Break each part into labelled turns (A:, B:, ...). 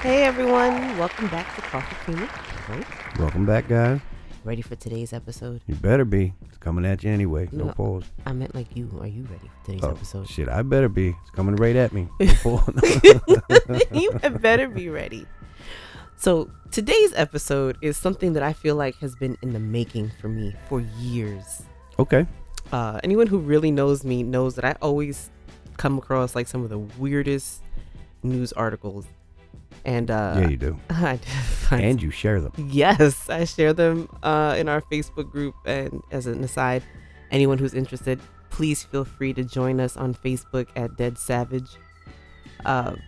A: Hey everyone, welcome back to Coffee Creamery. Right?
B: Welcome back, guys.
A: Ready for today's episode?
B: You better be. It's coming at you anyway. No,
A: No.
B: pause.
A: I meant like you. Are you ready for today's
B: Oh,
A: episode?
B: shit, I better be. It's coming right at me. No pause.
A: you had better be ready. So today's episode is something that I feel like has been in the making for me for years.
B: okay.
A: Uh, anyone who really knows me knows that I always come across like some of the weirdest news articles, and uh,
B: yeah, you do.
A: I find
B: And you share them.
A: Yes, I share them uh, in our Facebook group. And as an aside, anyone who's interested, please feel free to join us on Facebook at Dead Savage, um,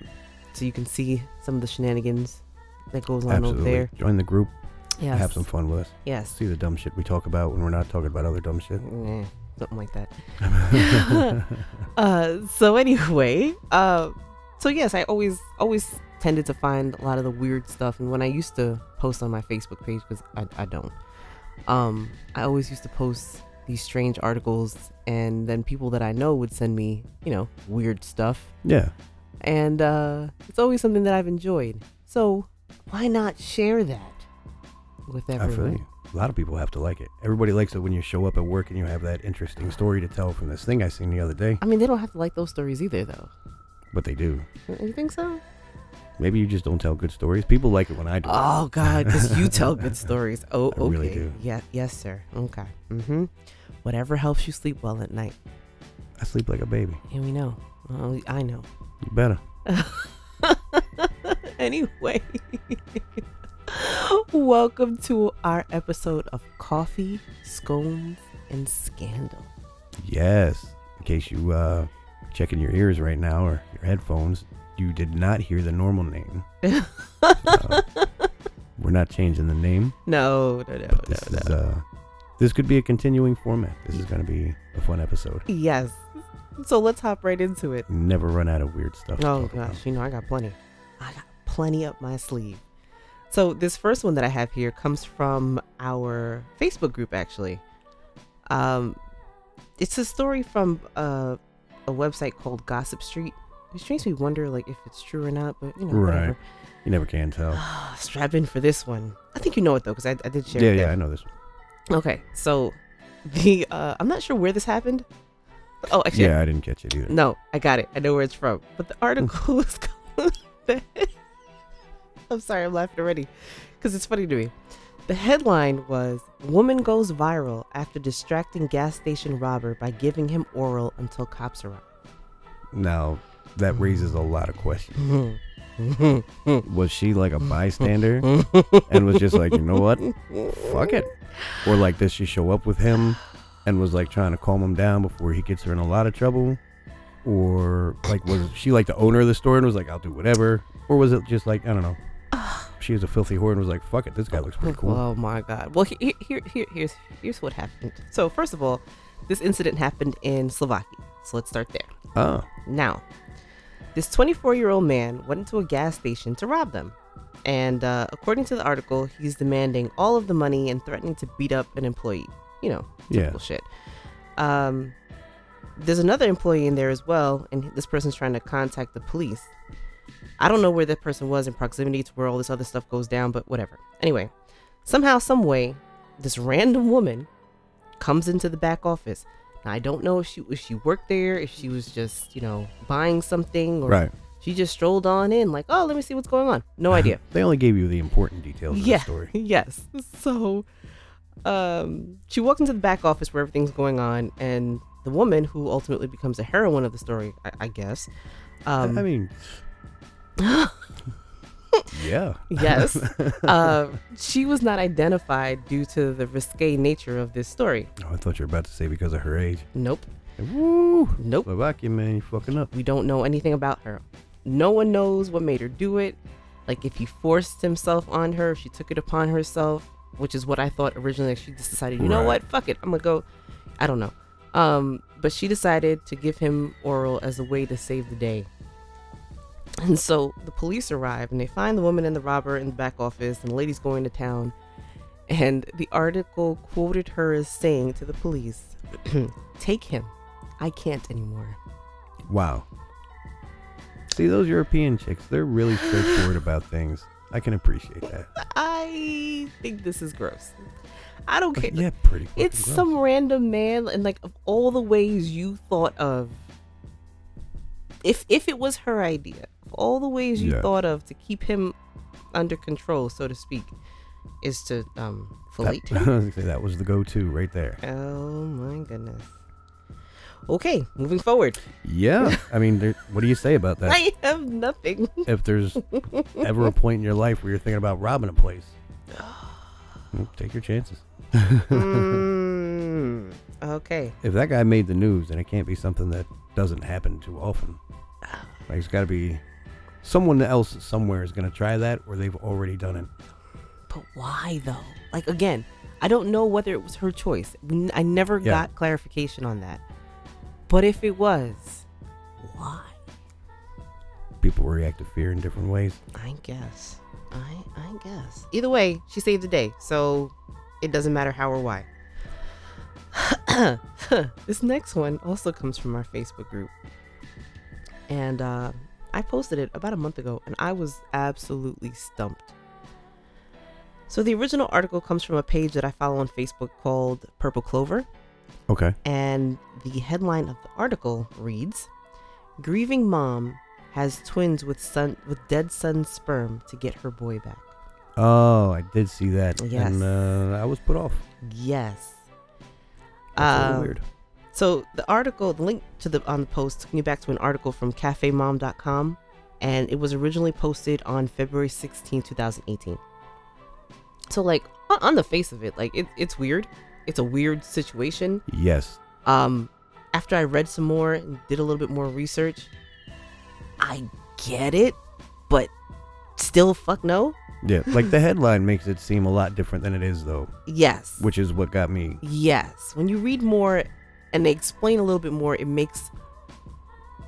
A: so you can see some of the shenanigans that goes on
B: Absolutely.
A: over there.
B: Join the group.
A: Yes,
B: Have some fun with us.
A: yes,
B: See the dumb shit we talk about when we're not talking about other dumb shit.
A: Nah, Mm-hmm. something like that. uh, so anyway, uh, so yes, I always always tended to find a lot of the weird stuff, and when I used to post on my Facebook page because I, I don't, um, I always used to post these strange articles, and then people that I know would send me, you know, weird stuff,
B: Yeah.
A: and uh, it's always something that I've enjoyed. So why not share that with
B: I feel
A: everyone?
B: you. A lot of people have to like it. Everybody likes it when you show up at work and you have that interesting story to tell from this thing I seen the other day.
A: I mean, they don't have to like those stories either, though.
B: But they do.
A: You think so?
B: Maybe you just don't tell good stories. People like it when I do. it.
A: Oh God, because you tell good stories. Oh,
B: I
A: okay.
B: really do.
A: Yeah, yes, sir. Okay. Mm-hmm. Whatever helps you sleep well at night.
B: I sleep like a baby.
A: Yeah, we know. Well, I know.
B: You better.
A: anyway, welcome to our episode of Coffee, Scones, and Scandal.
B: Yes. In case you uh checking your ears right now or your headphones, you did not hear the normal name. Uh, we're not changing the name,
A: No, no, no,
B: but
A: no,
B: this
A: no.
B: is uh this could be a continuing format. This is going to be a fun episode.
A: yes. So let's hop right into it.
B: Never run out of weird stuff. to
A: Oh
B: talk about.
A: gosh, you know I got plenty. I got plenty up my sleeve. So this first one that I have here comes from our Facebook group actually. Um it's a story from uh, a website called Gossip Street, which makes me wonder like if it's true or not, but you know,
B: Right.
A: whatever. Oh,
B: You never can tell.
A: Strap in for this one. I think you know it though, because I, I did share
B: yeah,
A: it.
B: yeah, I know this one.
A: yeah. Okay, so the uh, I'm not sure where this happened. Oh, actually,
B: Yeah, I didn't catch it either.
A: no, I got it. I know where it's from. But the article is called. I'm sorry, I'm laughing already because it's funny to me. The headline was Woman Goes Viral After Distracting Gas Station Robber by Giving Him Oral Until Cops Arrive.
B: Now, that raises a lot of questions.
A: Fuck
B: Was she like a bystander and was just like, "You know what? fuck it. Or like, does she show up with him and was like trying to calm him down before he gets her in a lot of trouble? Or like, was she like the owner of the store and was like, I'll do whatever? Or was it just like, I don't know. She was a filthy whore and was like, fuck it, this guy looks pretty cool.
A: Oh my god. Well, here, here, here, here's here's what happened. So first of all, this incident happened in Slovakia. So let's start there.
B: Oh,
A: Now, this 24 year old man went into a gas station to rob them. And uh, according to the article, he's demanding all of the money and threatening to beat up an employee. You know,
B: yeah.
A: typical shit. Um, there's another employee in there as well, and this person's trying to contact the police. I don't know where that person was in proximity to where all this other stuff goes down, but whatever. Anyway, somehow, some way, this random woman comes into the back office. Now, I don't know if she if she worked there, if she was just you know buying something, or
B: Right. Uh-huh.
A: she just strolled on in like, oh, let me see what's going on. No idea.
B: They only gave you the important details of
A: Yeah.
B: the story.
A: Yes. So um, she walks into the back office where everything's going on, and the woman who ultimately becomes a heroine of the story, I, I guess. Um,
B: I mean, yeah.
A: yes. uh, she was not identified due to the risque nature of this story.
B: Oh, I thought you were about to say because of her age.
A: Nope.
B: Woo!
A: Nope.
B: Slovakia, man, you fucking up.
A: We don't know anything about her. No one knows what made her do it. Like if he forced himself on her, if she took it upon herself, which is what I thought originally. She just decided, you know what,
B: Right.
A: fuck it, I'm gonna go. I don't know. Um, but she decided to give him oral as a way to save the day. And so the police arrive and they find the woman and the robber in the back office, and the lady's going to town. And the article quoted her as saying to the police, "Take him. I can't anymore."
B: Wow. See those European chicks, they're really straightforward about things. I can appreciate that.
A: I think this is gross. I don't care.
B: Yeah, pretty. fucking
A: it's
B: gross.
A: some random man, and like of all the ways you thought of, if if it was her idea, of all the ways you
B: Yeah.
A: thought of to keep him under control, so to speak, is to um fillet
B: That,
A: him.
B: I was gonna say, that was the go-to right there.
A: Oh my goodness. Okay, moving forward.
B: Yeah, I mean, there- what do you say about that?
A: I have nothing.
B: if there's ever a point in your life where you're thinking about robbing a place, well, take your chances.
A: Mm, okay.
B: If that guy made the news, then it can't be something that doesn't happen too often. Like it's got to be someone else somewhere is going to try that, or they've already done it.
A: But why though? Like again, I don't know whether it was her choice. N- I never
B: Yeah.
A: got clarification on that. But if it was, why?
B: People react to fear in different ways.
A: I guess. I I guess. Either way, she saved the day, so it doesn't matter how or why. this next one also comes from our Facebook group, and uh, I posted it about a month ago, and I was absolutely stumped. So the original article comes from a page that I follow on Facebook called Purple Clover,
B: Okay.
A: and the headline of the article reads grieving mom has twins with son with dead son's sperm to get her boy back
B: Oh, I did see that,
A: Yes.
B: and uh, I was put off.
A: yes
B: That's a little
A: Um,
B: weird.
A: so the article the link to the on the post took me back to an article from cafemom.com and it was originally posted on february 16 2018 so like on, on the face of it like it, it's weird it's a weird situation
B: Yes.
A: um after i read some more and did a little bit more research i get it but still fuck no
B: Yeah. Like the headline makes it seem a lot different than it is, though,
A: yes
B: which is what got me.
A: yes when you read more and they explain a little bit more it makes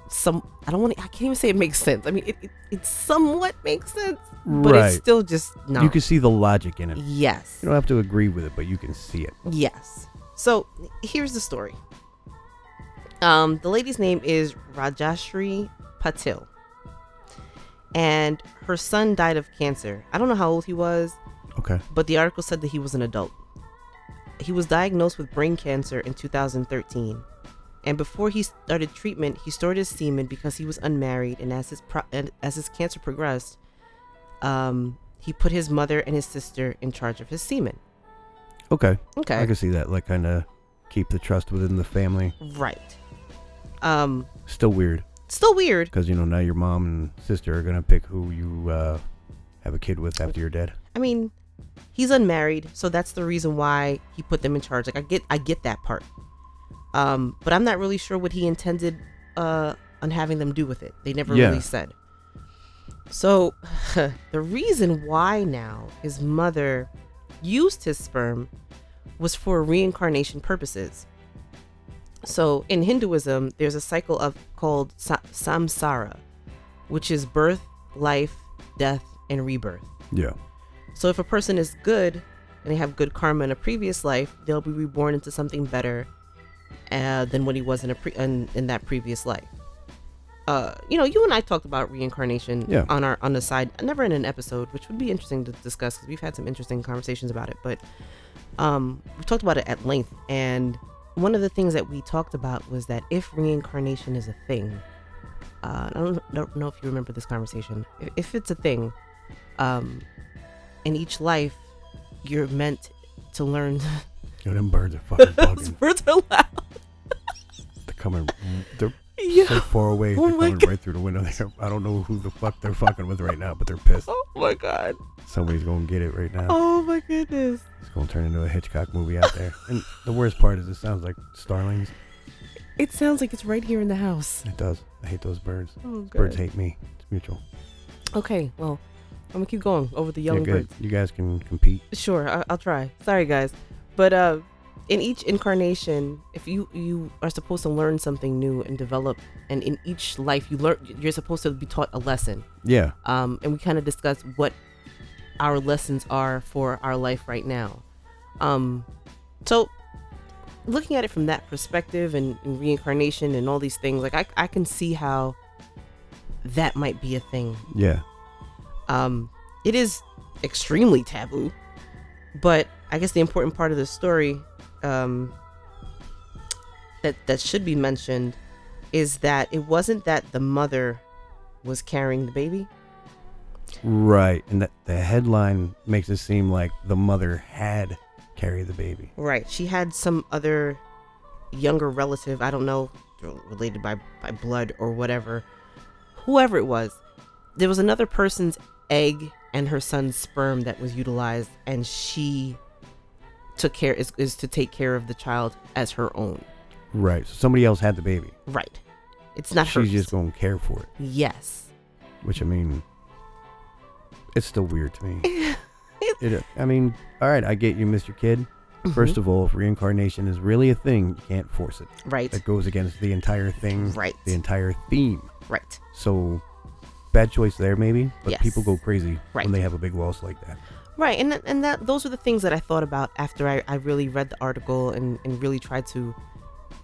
A: some i don't want to i can't even say it makes sense i mean it, it, it somewhat makes sense but it's
B: Right.
A: still just not
B: You can see the logic in it.
A: yes
B: You don't have to agree with it, but you can see it.
A: Yes. So here's the story. Um, the lady's name is Rajashri Patil, and her son died of cancer. I don't know how old he was,
B: Okay.
A: but the article said that he was an adult. He was diagnosed with brain cancer in 2013, and before he started treatment, he stored his semen because he was unmarried, and as his pro- and as his cancer progressed, um, he put his mother and his sister in charge of his semen.
B: Okay.
A: Okay.
B: I can see that. Like, kind of keep the trust within the family.
A: Right. Um,
B: Still weird
A: still weird.
B: because you know now your mom and sister are gonna pick who you uh, have a kid with after you're dead.
A: I mean, he's unmarried, so that's the reason why he put them in charge. Like I get I get that part. Um, but I'm not really sure what he intended uh on having them do with it. They never
B: Yeah.
A: really said. So the reason why now his mother used his sperm was for reincarnation purposes. So in Hinduism, there's a cycle of called sa- samsara, which is birth, life, death, and rebirth.
B: Yeah.
A: So if a person is good and they have good karma in a previous life, they'll be reborn into something better uh, than what he was in a pre- in, in that previous life. Uh, you know, you and I talked about reincarnation
B: Yeah.
A: on our on the side, never in an episode, which would be interesting to discuss because we've had some interesting conversations about it. But um, we talked about it at length, and one of the things that we talked about was that if reincarnation is a thing, uh, I don't, don't know if you remember this conversation. If, if it's a thing, um, in each life, you're meant to learn.
B: Yo, them birds are fucking
A: Those
B: bugging.
A: birds are loud.
B: They're coming. They're
A: Yeah.
B: so far away.
A: Oh
B: They're
A: my
B: coming
A: God.
B: right through the window. There. I don't know who the fuck they're fucking with right now, but they're pissed.
A: Oh my god.
B: Somebody's gonna get it right now.
A: Oh my goodness.
B: It's gonna turn into a Hitchcock movie out there. And the worst part is, it sounds like starlings.
A: It sounds like it's right here in the house.
B: It does. I hate those birds.
A: Oh,
B: Birds
A: God.
B: hate me. It's mutual.
A: Okay, well, I'm gonna keep going over the
B: Yeah,
A: yelling
B: good.
A: birds.
B: You guys can compete.
A: Sure, I- I'll try. Sorry, guys, but uh, in each incarnation, if you you are supposed to learn something new and develop, and in each life you learn, you're supposed to be taught a lesson.
B: Yeah.
A: um, and we kind of discussed what our lessons are for our life right now. Um, so, looking at it from that perspective and, and reincarnation and all these things, like I, I can see how that might be a thing.
B: Yeah.
A: Um, it is extremely taboo, but I guess the important part of the story um, that that should be mentioned is that it wasn't that the mother was carrying the baby.
B: Right. And that the headline makes it seem like the mother had carried the baby.
A: Right. She had some other younger relative, I don't know, related by, by blood or whatever, whoever it was. There was another person's egg and her son's sperm that was utilized, and she took care is, is to take care of the child as her own.
B: Right. So somebody else had the baby.
A: Right. It's not
B: She's
A: hers.
B: just going to care for it,
A: yes.
B: which I mean, it's still weird to me. it, uh, I mean, all right, I get you, Mr. Kid.
A: Mm-hmm.
B: 1st of all, if reincarnation is really a thing, you can't force it.
A: Right.
B: That goes against the entire thing,
A: Right.
B: the entire theme.
A: Right.
B: So, bad choice there, maybe. But
A: Yes.
B: people go crazy
A: Right.
B: when they have a big loss like that.
A: Right, and and that those are the things that I thought about after I, I really read the article and, and really tried to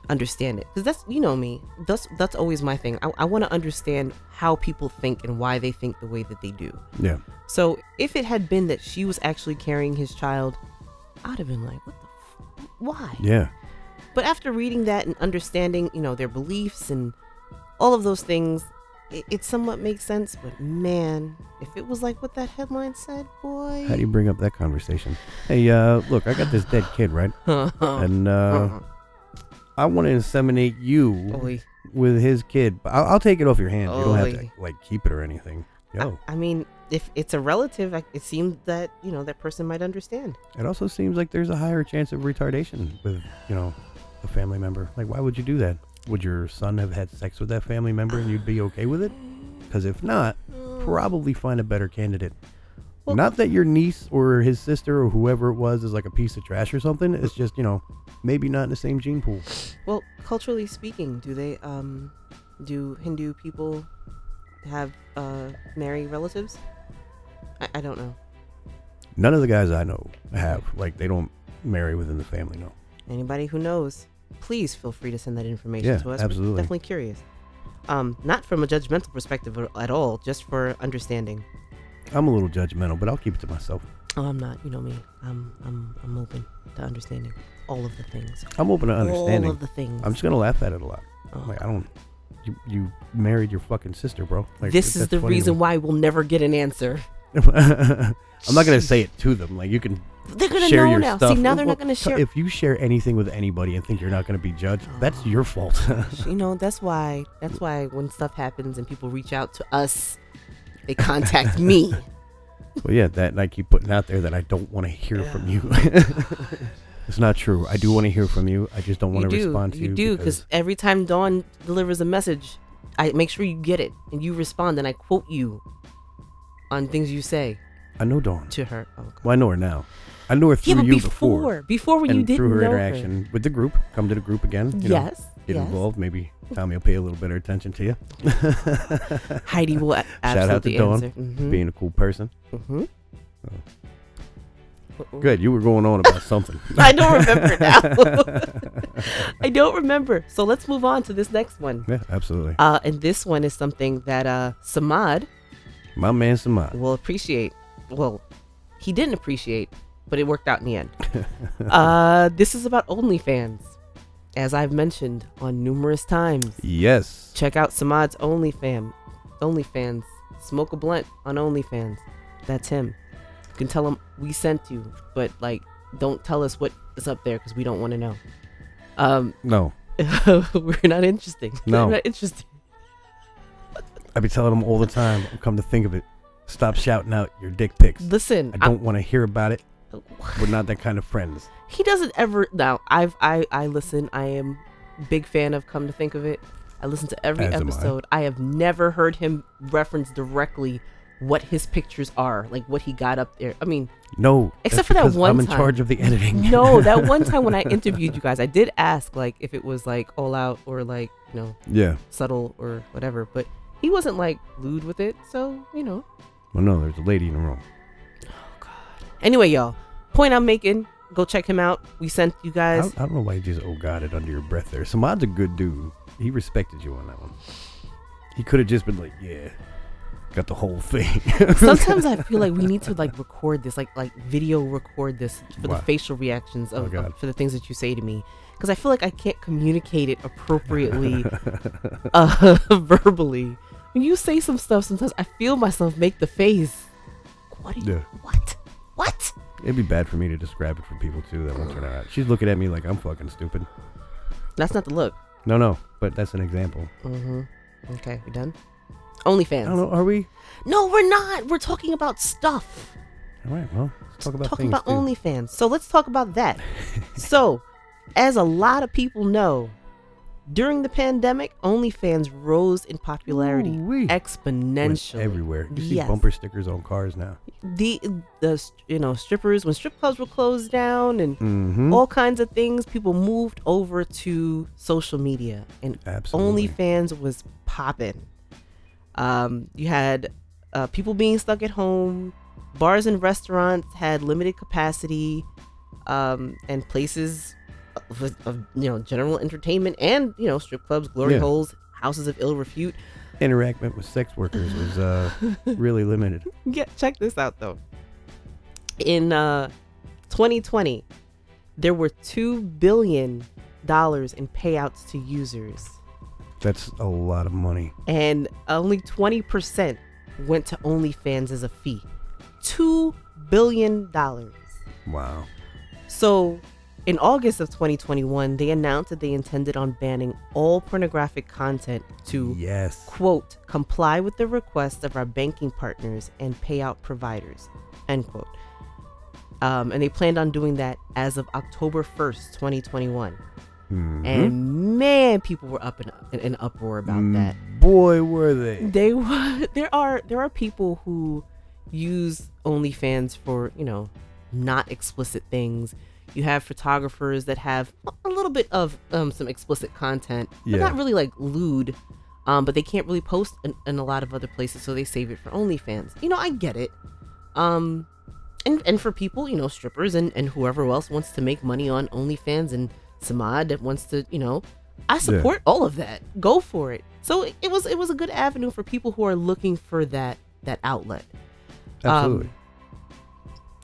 A: understand it because that's you know me that's that's always my thing. I, I want to understand how people think and why they think the way that they do.
B: Yeah.
A: So if it had been that she was actually carrying his child, I'd have been like, what the, f- why?
B: Yeah.
A: But after reading that and understanding, you know, their beliefs and all of those things, it, it somewhat makes sense. But man, if it was like what that headline said, boy.
B: How do you bring up that conversation? Hey, uh, look, I got this dead kid, right?
A: Uh-huh.
B: And uh, I want to inseminate you
A: Oy.
B: with his kid. But I'll, I'll take it off your hands. You don't have
A: Oy.
B: to like keep it or anything.
A: I,
B: Yo,
A: I mean, if it's a relative, I, it seems that you know that person might understand.
B: it also seems like there's a higher chance of retardation with you know a family member. Like, why would you do that? Would your son have had sex with that family member and you'd be okay with it? Because if not, probably find a better candidate.
A: Well-
B: Not that your niece or his sister or whoever it was is like a piece of trash or something. It's just, you know, maybe not in the same gene pool.
A: Well, culturally speaking, do they um, do Hindu people have uh, marry relatives? I, I don't know.
B: None of the guys I know have. Like, they don't marry within the family, no.
A: Anybody who knows, please feel free to send that information
B: Yeah,
A: to us.
B: absolutely.
A: We're definitely curious. Um, not from a judgmental perspective a- at all, just for understanding.
B: I'm a little judgmental, but I'll keep it to myself.
A: Oh, I'm not. You know me. I'm I'm I'm open to understanding all of the things.
B: I'm open to
A: All
B: understanding.
A: of the things.
B: I'm just going to laugh at it a lot.
A: Oh,
B: I'm like, I don't. You, you married your fucking sister, bro. Like,
A: this is
B: that's
A: the
B: funny to
A: reason
B: me.
A: why we'll never get an answer.
B: I'm not going to say it to them. Like, you can
A: They're gonna
B: share
A: know
B: your
A: now.
B: stuff.
A: See, now they're
B: Well,
A: not gonna share.
B: If you share anything with anybody and think you're not going to be judged, that's your fault.
A: you know, that's why. That's why when stuff happens and people reach out to us, they contact me.
B: Well, yeah, that and I keep putting out there that I don't want to hear from you. it's not true. I do want to hear from you. I just don't
A: You
B: want to
A: do.
B: respond to you.
A: you do because every time Dawn delivers a message, I make sure you get it and you respond, and I quote you on things you say
B: I know Dawn.
A: to her. Oh, God.
B: Well, I know her now. I know her through
A: Yeah, but
B: you
A: before, before when you
B: and
A: didn't
B: through her
A: know
B: interaction with the group. Come to the group again. you know,
A: yes,
B: get
A: yes.
B: involved. Maybe Tommy will pay a little better attention to you.
A: Heidi will a-
B: Shout out to
A: absolutely
B: Dawn,
A: answer. Mhm,
B: Mm-hmm. being a cool person.
A: mhm.
B: Oh.
A: What- what-
B: Good. You were going on about something.
A: I don't remember now. I don't remember. So let's move on to this next one.
B: yeah, absolutely.
A: Uh, and this one is something that uh, Samad
B: My man, Samad.
A: will appreciate. Well, he didn't appreciate, but it worked out in the end. uh, this is about OnlyFans. As I've mentioned on numerous times,
B: Yes.
A: check out Samad's OnlyFans. OnlyFans. Smoke a blunt on OnlyFans. That's him. You can tell him we sent you, but like, don't tell us what is up there because we don't want to know. Um,
B: No.
A: we're not interesting.
B: No.
A: we're not interested.
B: I be telling them all the time. Come to think of it, stop shouting out your dick pics.
A: Listen,
B: I
A: I'm-
B: don't want to hear about it. We're not that kind of friends.
A: he doesn't ever now i've i i listen i am big fan of come to think of it i listen to every
B: As am I.
A: episode I. have never heard him reference directly what his pictures are like what he got up there i mean
B: No.
A: Except
B: that's
A: for that
B: because
A: one
B: I'm in
A: time.
B: charge of the editing.
A: no that one time when i interviewed you guys i did ask like if it was like all out or like you know
B: Yeah.
A: subtle or whatever but he wasn't like lewd with it so you know
B: Well, no, there's a lady in the room.
A: anyway y'all point i'm making go check him out we sent you
B: I
A: guys
B: don't, I don't know why you just oh god it under your breath there. Samad's a good dude. He respected you on that one. He could have just been like, yeah, got the whole thing.
A: Sometimes I feel like we need to like record this, like like video record this for
B: Wow.
A: the facial reactions
B: Oh,
A: of,
B: God.
A: of for the things that you say to me, because I feel like I can't communicate it appropriately uh, verbally. When you say some stuff, sometimes I feel myself make the face. What? Are you,
B: Yeah.
A: What? What?
B: It'd be bad for me to describe it for people too that won't turn out. She's looking at me like I'm fucking stupid.
A: That's not the look.
B: No, no, but that's an example.
A: Mm-hmm. Okay, we done.
B: I don't
A: OnlyFans.
B: know. Are we?
A: No, we're not. We're talking about stuff.
B: All right. Well, let's talk about
A: talking
B: things
A: about
B: too.
A: OnlyFans. So let's talk about that. so, as a lot of people know, during the pandemic, OnlyFans rose in popularity
B: Ooh-wee. Went
A: exponentially.
B: everywhere. You see
A: Yes.
B: bumper stickers on cars now.
A: The the s- you know strippers when strip clubs were closed down and
B: Mm-hmm.
A: all kinds of things, people moved over to social media, and
B: Absolutely.
A: OnlyFans was popping. Um, you had uh, people being stuck at home. Bars and restaurants had limited capacity, um, and places with, of you know general entertainment and you know strip clubs, glory
B: Yeah.
A: holes, houses of ill repute.
B: Interaction with sex workers was uh, really limited.
A: Yeah, check this out though. In uh, 2020, there were two billion dollars in payouts to users.
B: That's a lot of money.
A: and only 20% went to OnlyFans as a fee. $2 billion.
B: Wow.
A: So, in August of 2021, they announced that they intended on banning all pornographic content to,
B: Yes.
A: quote, comply with the requests of our banking partners and payout providers, end quote. Um, and they planned on doing that as of October 1st, 2021.
B: Mhm.
A: And man, people were up in, in, in uproar about
B: Mm,
A: that.
B: Boy, were they.
A: they were there are there are people who use OnlyFans for you know not explicit things. You have photographers that have a little bit of um, some explicit content, but
B: Yeah.
A: not really like lewd. Um, but they can't really post in, in a lot of other places, so they save it for OnlyFans. You know, I get it. Um, and and for people, you know, strippers and and whoever else wants to make money on OnlyFans and Samad that wants to, you know, I support all of that. Go for it. So it, it was it was a good avenue for people who are looking for that that outlet. Um,
B: Absolutely.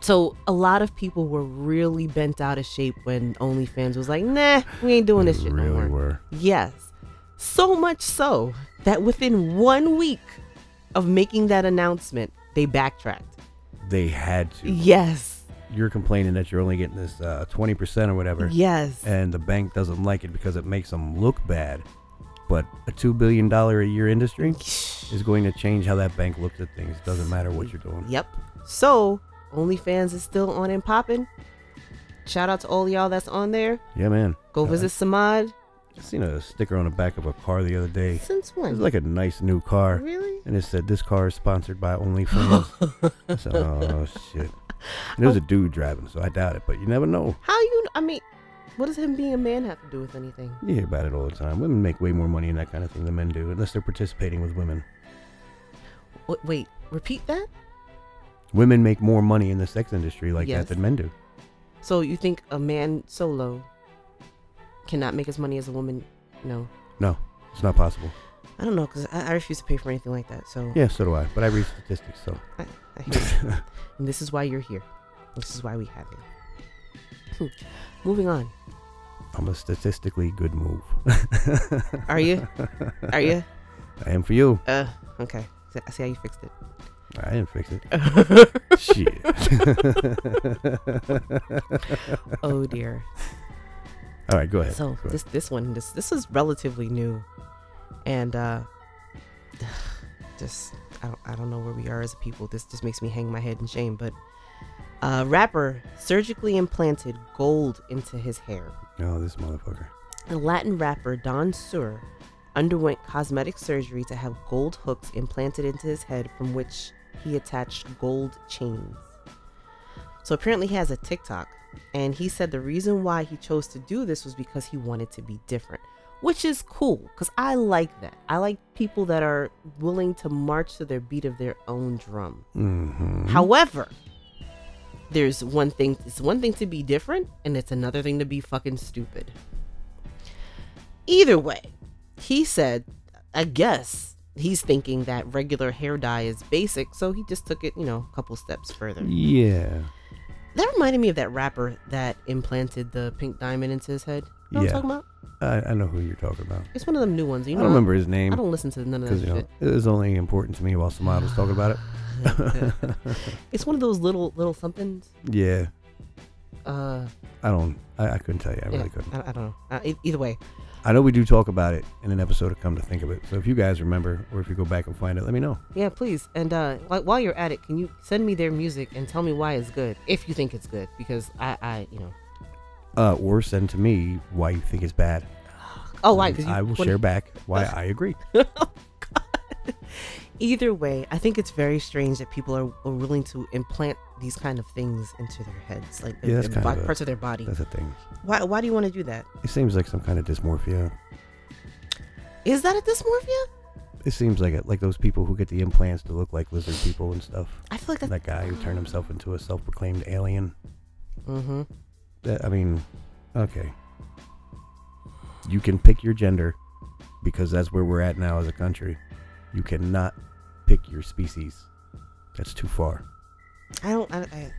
A: So a lot of people were really bent out of shape when OnlyFans was like, nah, we ain't doing this
B: They
A: shit
B: really
A: no more.
B: were.
A: Yes. So much so that within one week of making that announcement, they backtracked.
B: They had to.
A: Yes.
B: You're complaining that you're only getting this uh, 20% or whatever.
A: Yes.
B: and the bank doesn't like it because it makes them look bad. But a two billion dollar a year industry is going to change how that bank looks at things. It doesn't matter what you're doing.
A: Yep. So OnlyFans is still on and popping. Shout out to all y'all that's on there.
B: Yeah, man.
A: Go
B: Uh,
A: visit Samad.
B: I seen a sticker on the back of a car the other day.
A: Since
B: It was
A: when?
B: like a nice new car,
A: really?
B: and it said this car is sponsored by OnlyFans. I said, oh shit. And it was a dude driving, so I doubt it. But you never know.
A: How you? I mean, what does him being a man have to do with anything?
B: You hear about it all the time. Women make way more money in that kind of thing than men do, unless they're participating with women.
A: Wait, wait repeat that.
B: Women make more money in the sex industry like
A: Yes.
B: that than men do.
A: So you think a man solo cannot make as money as a woman? No,
B: No, it's not possible.
A: I don't know because I, I refuse to pay for anything like that. So
B: Yeah, so do I. But I read statistics, so
A: I, I hear you. and this is why you're here. This is why we have you. Hmm. Moving on.
B: I'm a statistically good move.
A: Are you? Are you?
B: I am for you.
A: Uh, okay. So I see how you fixed it.
B: I didn't fix it. Shit.
A: oh dear.
B: all right, go ahead.
A: So
B: Go
A: this this one this this is relatively new, and uh, just I don't, I don't know where we are as a people. This just makes me hang my head in shame. But uh, rapper surgically implanted gold into his hair.
B: no, this motherfucker.
A: The Latin rapper Don Sur underwent cosmetic surgery to have gold hooks implanted into his head from which he attached gold chains. So apparently he has a TikTok and he said the reason why he chose to do this was because he wanted to be different, which is cool cuz I like that. I like people that are willing to march to their beat of their own drum.
B: hmm
A: However, there's one thing it's one thing to be different and it's another thing to be fucking stupid. Either way, he said, I guess he's thinking that regular hair dye is basic, so he just took it, you know, a couple steps further.
B: Yeah.
A: That reminded me of that rapper that implanted the pink diamond into his head. You know
B: Yeah.
A: what I'm talking about?
B: I, I know who you're talking about.
A: It's one of them new ones. You
B: I
A: know,
B: don't remember his
A: I
B: name
A: don't listen to none of that
B: because you know
A: shit.
B: it was only important to me while somebody was talking about it.
A: it's one of those little little somethings.
B: yeah.
A: Uh,
B: I don't. I, I couldn't tell you. I
A: yeah,
B: really couldn't.
A: I, I don't know. Uh, e- either way,
B: I know we do talk about it in an episode of Come to Think of It. So if you guys remember, or if you go back and find it, let me know.
A: yeah, please. And uh, whi- while you're at it, can you send me their music and tell me why it's good, if you think it's good? Because I, I, you know,
B: Uh, or send to me why you think it's bad.
A: oh, why? 'Cause
B: And
A: you
B: I will
A: wanna-
B: share back why I agree.
A: Either way, I think it's very strange that people are, are willing to implant these kind of things into their heads, like their,
B: Yeah, that's
A: their
B: kind
A: bo-
B: of a-
A: parts of their body.
B: That's the thing.
A: Why, why do you want to do that?
B: It seems like some kind of dysmorphia.
A: Is that a dysmorphia?
B: It seems like it, like those people who get the implants to look like lizard people and stuff.
A: I feel like that's.
B: That guy who turned himself into a self-proclaimed alien.
A: mm-hmm.
B: That I mean, okay. You can pick your gender because that's where we're at now as a country. You cannot pick your species. That's too far.
A: I don't. I, I,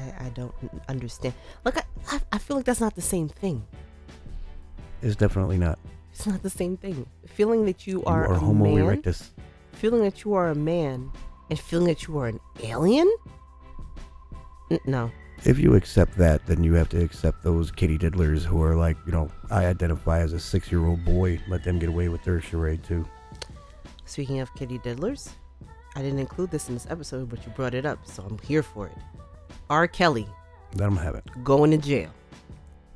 A: I, I, don't know. I, I don't understand. Like I, I, I feel like that's not the same thing.
B: It's definitely not.
A: It's not the same thing. Feeling that you
B: You
A: are,
B: are,
A: a
B: Homo
A: man,
B: erectus.
A: feeling that you are a man, and feeling that you are an alien. N- no.
B: If you accept that, then you have to accept those kitty diddlers who are like, you know, I identify as a six-year-old boy. Let them get away with their charade too.
A: Speaking of kitty diddlers, I didn't include this in this episode, but you brought it up, so I'm here for it. R. Kelly
B: Let them have it.
A: going to jail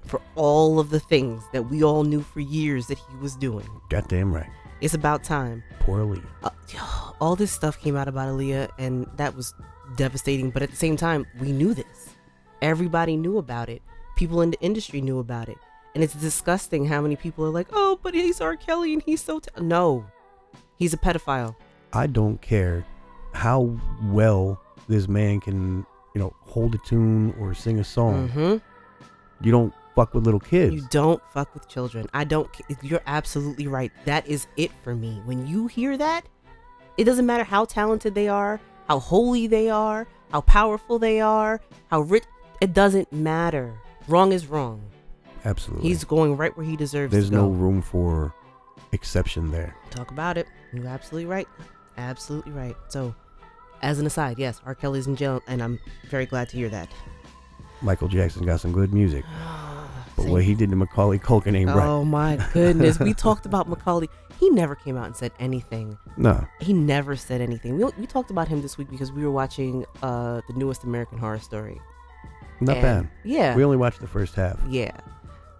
A: for all of the things that we all knew for years that he was doing.
B: Goddamn right.
A: It's about time.
B: Poorly.
A: uh, all this stuff came out about Aaliyah, and that was devastating. But at the same time, we knew this. Everybody knew about it. People in the industry knew about it, and it's disgusting how many people are like, "Oh, but he's R. Kelly, and he's so t-. no, he's a pedophile."
B: I don't care how well this man can, you know, hold a tune or sing a song.
A: hmm
B: You don't fuck with little kids.
A: You don't fuck with children. I don't. ca- You're absolutely right. That is it for me. When you hear that, it doesn't matter how talented they are, how holy they are, how powerful they are, how rich. It doesn't matter. Wrong is wrong.
B: Absolutely.
A: He's going right where he deserves
B: There's
A: to go.
B: no room for exception there.
A: Talk about it. You're absolutely right. Absolutely right. So, as an aside, yes, R. Kelly's in jail, and I'm very glad to hear that.
B: Michael Jackson got some good music, but what he did to Macaulay Culkin ain't right.
A: Oh my goodness. we talked about Macaulay. He never came out and said anything.
B: No,
A: he never said anything. We, we talked about him this week because we were watching uh the newest American Horror Story.
B: not
A: And-
B: bad.
A: Yeah.
B: We only watched the first half,
A: yeah.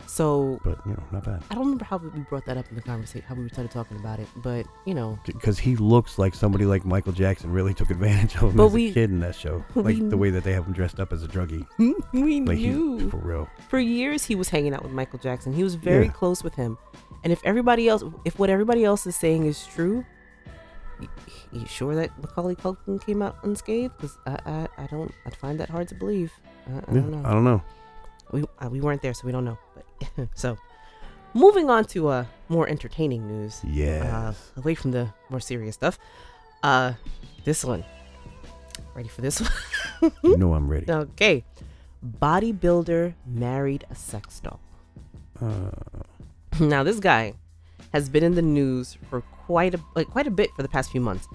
A: So
B: but you know, not bad.
A: I don't remember how we brought that up in the conversation, how we started talking about it, but you know,
B: Because he looks like somebody like Michael Jackson really took advantage of him
A: But
B: as
A: we-
B: a kid in that show. Like
A: we-
B: the way that they have him dressed up as a druggie.
A: we
B: Like he,
A: knew
B: for real.
A: for years he was hanging out with Michael Jackson. He was very
B: Yeah.
A: close with him, and if everybody else, if what everybody else is saying is true, you, you sure that Macaulay Culkin came out unscathed? Because I, I I don't I find that hard to believe. I, I
B: yeah,
A: don't know.
B: I don't know.
A: we uh, we weren't there, so we don't know. But so, moving on to uh more entertaining news,
B: Yes.
A: uh, away from the more serious stuff. Uh, this one. Ready for this one?
B: you know I'm ready.
A: okay. Bodybuilder married a sex doll.
B: Uh,
A: Now this guy has been in the news for quite a like quite a bit for the past few months.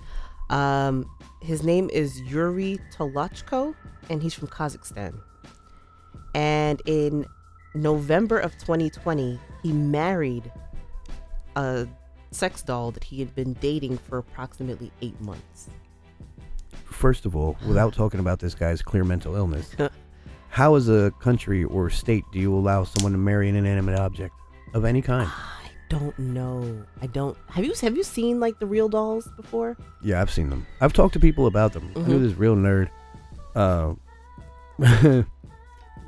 A: Um, his name is Yuri Tolochko, and he's from Kazakhstan. And in November of 2020, he married a sex doll that he had been dating for approximately eight months.
B: first of all, without talking about this guy's clear mental illness, how as a country or state do you allow someone to marry an inanimate object of any kind?
A: I don't know. I don't. Have you have you seen like the real dolls before?
B: Yeah, I've seen them. I've talked to people about them. I knew
A: Mhm.
B: this real nerd. Uh,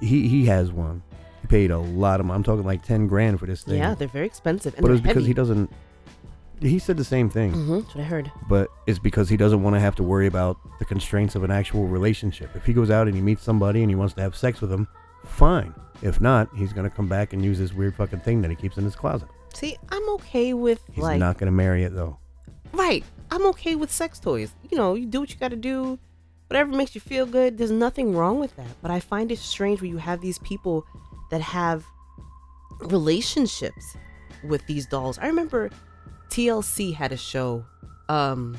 B: he he has one. He paid a lot of. Money. I'm talking like ten grand for this thing.
A: Yeah, they're very expensive and
B: but it
A: they're
B: was
A: heavy.
B: because he Mm-hmm. doesn't. He said the same thing,
A: hmm That's what I heard.
B: but it's because he doesn't want to have to worry about the constraints of an actual relationship. If he goes out and he meets somebody and he wants to have sex with them, fine. If not, he's gonna come back and use this weird fucking thing that he keeps in his closet.
A: See, I'm okay with
B: He's
A: like
B: not gonna marry it though.
A: Right. I'm okay with sex toys. You know, you do what you got to do. Whatever makes you feel good, there's nothing wrong with that. But I find it strange when you have these people that have relationships with these dolls. I remember TLC had a show, um,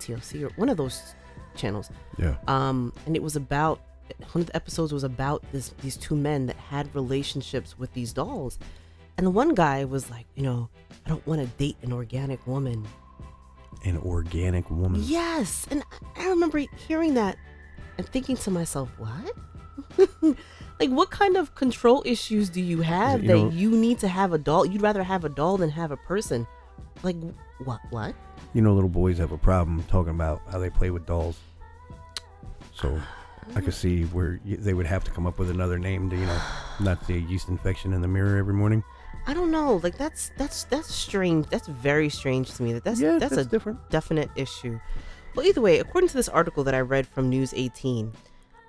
A: TLC or one of those channels,
B: Yeah.
A: um, and it was about one of the episodes was about this these two men that had relationships with these dolls, and the one guy was like, you know, I don't want to date an organic woman.
B: An organic woman.
A: Yes, and I- I remember hearing that and thinking to myself, what? like, what kind of control issues do you have
B: You
A: that
B: know-
A: you need to have a doll? You'd rather have a doll than have a person. Like, what? What?
B: You know, little boys have a problem talking about how they play with dolls. So I could see where y- they would have to come up with another name to, you know, not see a yeast infection in the mirror every morning.
A: I don't know. Like, that's that's that's strange. That's very strange to me. That that's
B: yeah,
A: that's,
B: that's,
A: a
B: different.
A: definite issue. Well, either way, according to this article that I read from News 18,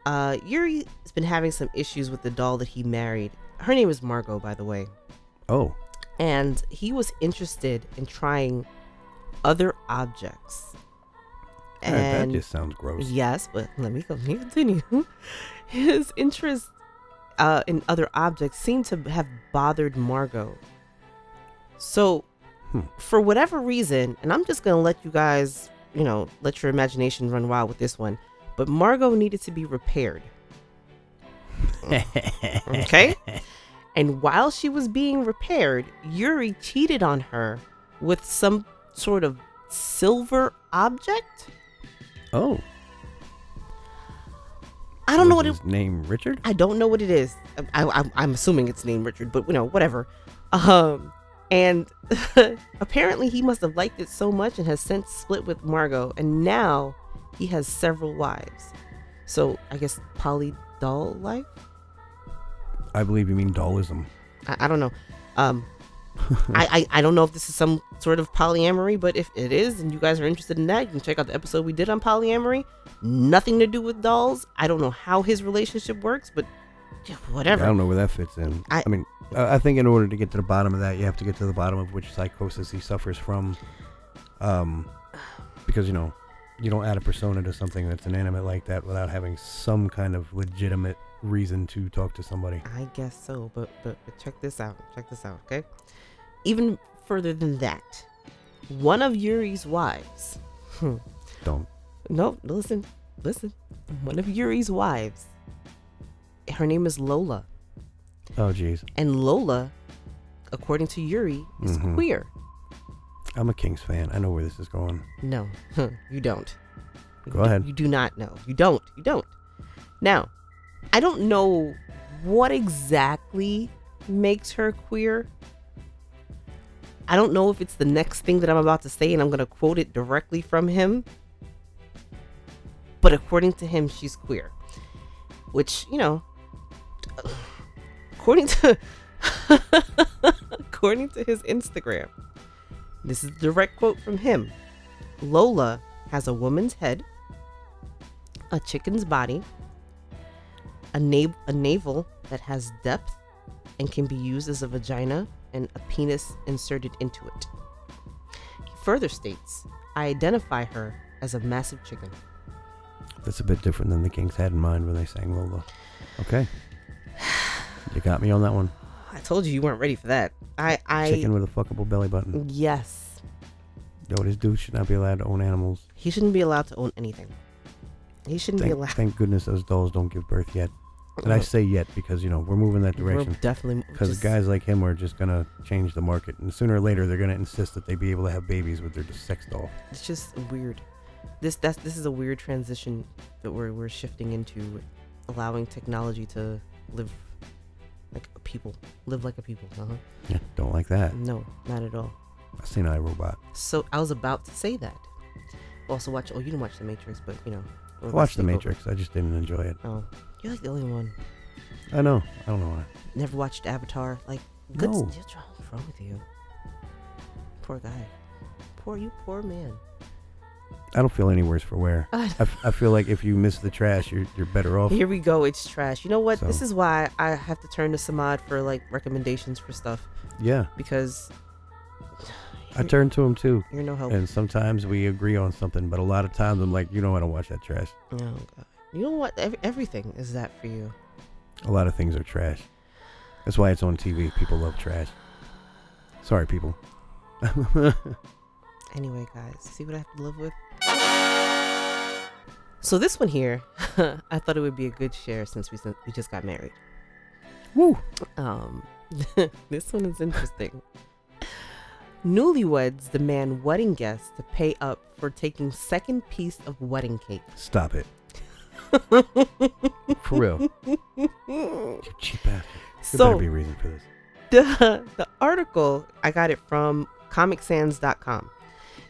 A: uh, Yuri has been having some issues with the doll that he married. Her name is Margot, by the way.
B: Oh,
A: and he was interested in trying other objects.
B: eh,
A: And
B: that just sounds gross.
A: yes, but let me go. Let me continue. His interest uh, in other objects seemed to have bothered Margot. So,
B: Hmm.
A: for whatever reason, and I'm just gonna let you guys, you know, let your imagination run wild with this one. But Margot needed to be repaired. Okay. And while she was being repaired, Yuri cheated on her with some sort of silver object.
B: Oh,
A: I don't know what
B: was
A: it.
B: his name Richard.
A: I don't know what it is. I, I, I'm assuming it's named Richard, but you know, whatever. Um, and apparently he must have liked it so much and has since split with Margot, and now he has several wives. So I guess poly doll life.
B: I believe you mean dollism.
A: I, I don't know. Um, I, I, I don't know if this is some sort of polyamory, but if it is and you guys are interested in that, you can check out the episode we did on polyamory. Nothing to do with dolls. I don't know how his relationship works, but yeah,
B: I
A: whatever.
B: don't know where that fits in.
A: I-
B: I, mean, uh, I I think in order to get to the bottom of that, you have to get to the bottom of which psychosis he suffers from. Um, because you know, you don't add a persona to something that's inanimate like that without having some kind of legitimate reason to talk to somebody.
A: I guess so, but, but but check this out. Check this out, okay? Even further than that, one of Yuri's wives. Hmm,
B: Don't.
A: no, listen, listen. One of Yuri's wives. Her name is Lola.
B: Oh, jeez.
A: And Lola, according to Yuri, is
B: Mhm.
A: queer.
B: I'm a Kings fan. I know where this is going.
A: No, you don't. You
B: Go
A: do-
B: ahead.
A: You do not know. You don't. You don't. Now, I don't know what exactly makes her queer. I don't know if it's the next thing that I'm about to say, and I'm going to quote it directly from him. But according to him, she's queer. Which, you know, according to according to his Instagram, this is a direct quote from him. Lola has a woman's head, a chicken's body, a, na- a navel that has depth and can be used as a vagina, and a penis inserted into it. He further states, I identify her as a massive chicken.
B: That's a bit different than the Kings had in mind when they sang Lola. Okay. You got me on that one.
A: I told you you weren't ready for that. I, I,
B: Chicken with a fuckable belly button.
A: yes,
B: Yo, this dude should not be allowed to own animals.
A: he shouldn't be allowed to own anything. He shouldn't be
B: Thank,
A: allowed.
B: thank goodness those dolls don't give birth yet. And I say yet because, you know, we're moving that
A: We're
B: direction.
A: definitely
B: Because
A: just-
B: guys like him are just going to change the market. And sooner or later, they're going to insist that they be able to have babies with their sex doll.
A: it's just weird. This that's this is a weird transition that we're we're shifting into, allowing technology to live like a people, live like a people. Uh-huh.
B: Yeah, don't like that.
A: No, not at all.
B: I've seen iRobot.
A: So I was about to say that. Also watch. Oh, you didn't watch The Matrix, but you know.
B: I
A: we're about
B: watched
A: to
B: The
A: take over.
B: Matrix. I just didn't enjoy it.
A: Oh, you're like the only one.
B: I know. I don't know why.
A: Never watched Avatar. Like, good.
B: No.
A: What's wrong with you? Poor guy. Poor you. Poor man.
B: I don't feel any worse for wear.
A: I-
B: I, f- I feel like if you miss the trash, you're, you're better off.
A: Here we go. It's trash. You know what? This
B: So-
A: is why I have to turn to Samad for like recommendations for stuff
B: Yeah.
A: because
B: I turn to him too.
A: You're no help.
B: And sometimes we agree on something, but a lot of times I'm like, you don't want to watch that trash.
A: oh God. You know what? Ev- everything is that for you.
B: A lot of things are trash. That's why it's on TV. People love trash. Sorry, people.
A: Anyway, guys, see what I have to live with? So this one here, I thought it would be a good share since we we just got married.
B: Woo!
A: Um, this one is interesting. Newlyweds demand wedding guests to pay up for taking second piece of wedding cake.
B: Stop it. For real. You cheap bastard. There better
A: so
B: be a reason for this.
A: the, the article I got it from comicsans.com.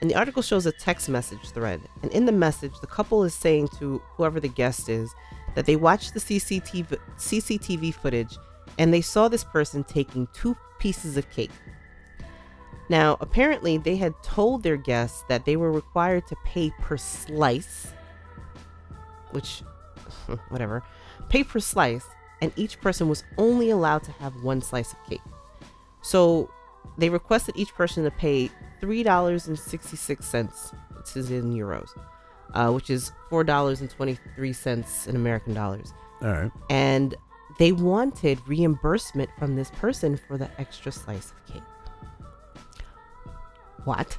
A: And the article shows a text message thread. And in the message, the couple is saying to whoever the guest is that they watched the CCTV, CCTV footage and they saw this person taking two pieces of cake. Now, apparently, they had told their guests that they were required to pay per slice, which, whatever, pay per slice, and each person was only allowed to have one slice of cake. So they requested each person to pay $3.66, which is in euros, uh, which is $4.23 in American dollars.
B: All right.
A: And they wanted reimbursement from this person for the extra slice of cake. What?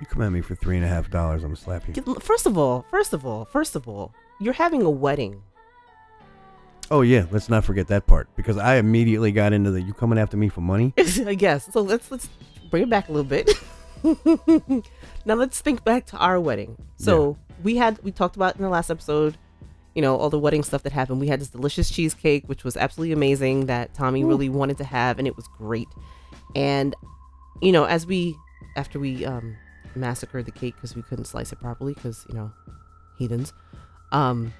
B: You come at me for three and a half dollars, I'm gonna slap you.
A: First of all, first of all, first of all, you're having a wedding.
B: Oh yeah, let's not forget that part because I immediately got into the you coming after me for money.
A: I guess. So let's let's bring it back a little bit. now let's think back to our wedding. So we had we talked about in the last episode, you know, all the wedding stuff that happened. We had this delicious cheesecake, which was absolutely amazing that Tommy really wanted to have, and it was great. And you know, as we after we um massacred the cake because we couldn't slice it properly because you know heathens um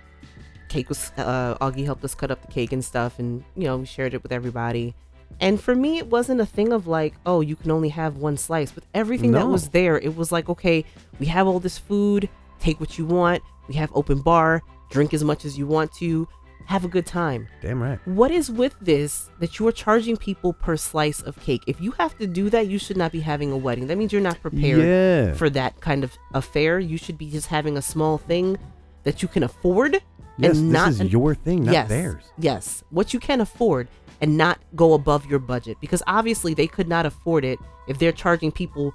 A: cake was uh augie helped us cut up the cake and stuff and you know we shared it with everybody and for me it wasn't a thing of like oh you can only have one slice with everything that
B: No.
A: was there it was like okay we have all this food take what you want we have open bar drink as much as you want to have a good time
B: Damn right.
A: what is with this that you are charging people per slice of cake? If you have to do that, you should not be having a wedding. That means you're not prepared
B: Yeah.
A: for that kind of affair. You should be just having a small thing that you can afford
B: yes,
A: and not
B: this is
A: an-
B: your thing, not
A: yes,
B: theirs.
A: Yes, what you can afford and not go above your budget because obviously they could not afford it if they're charging people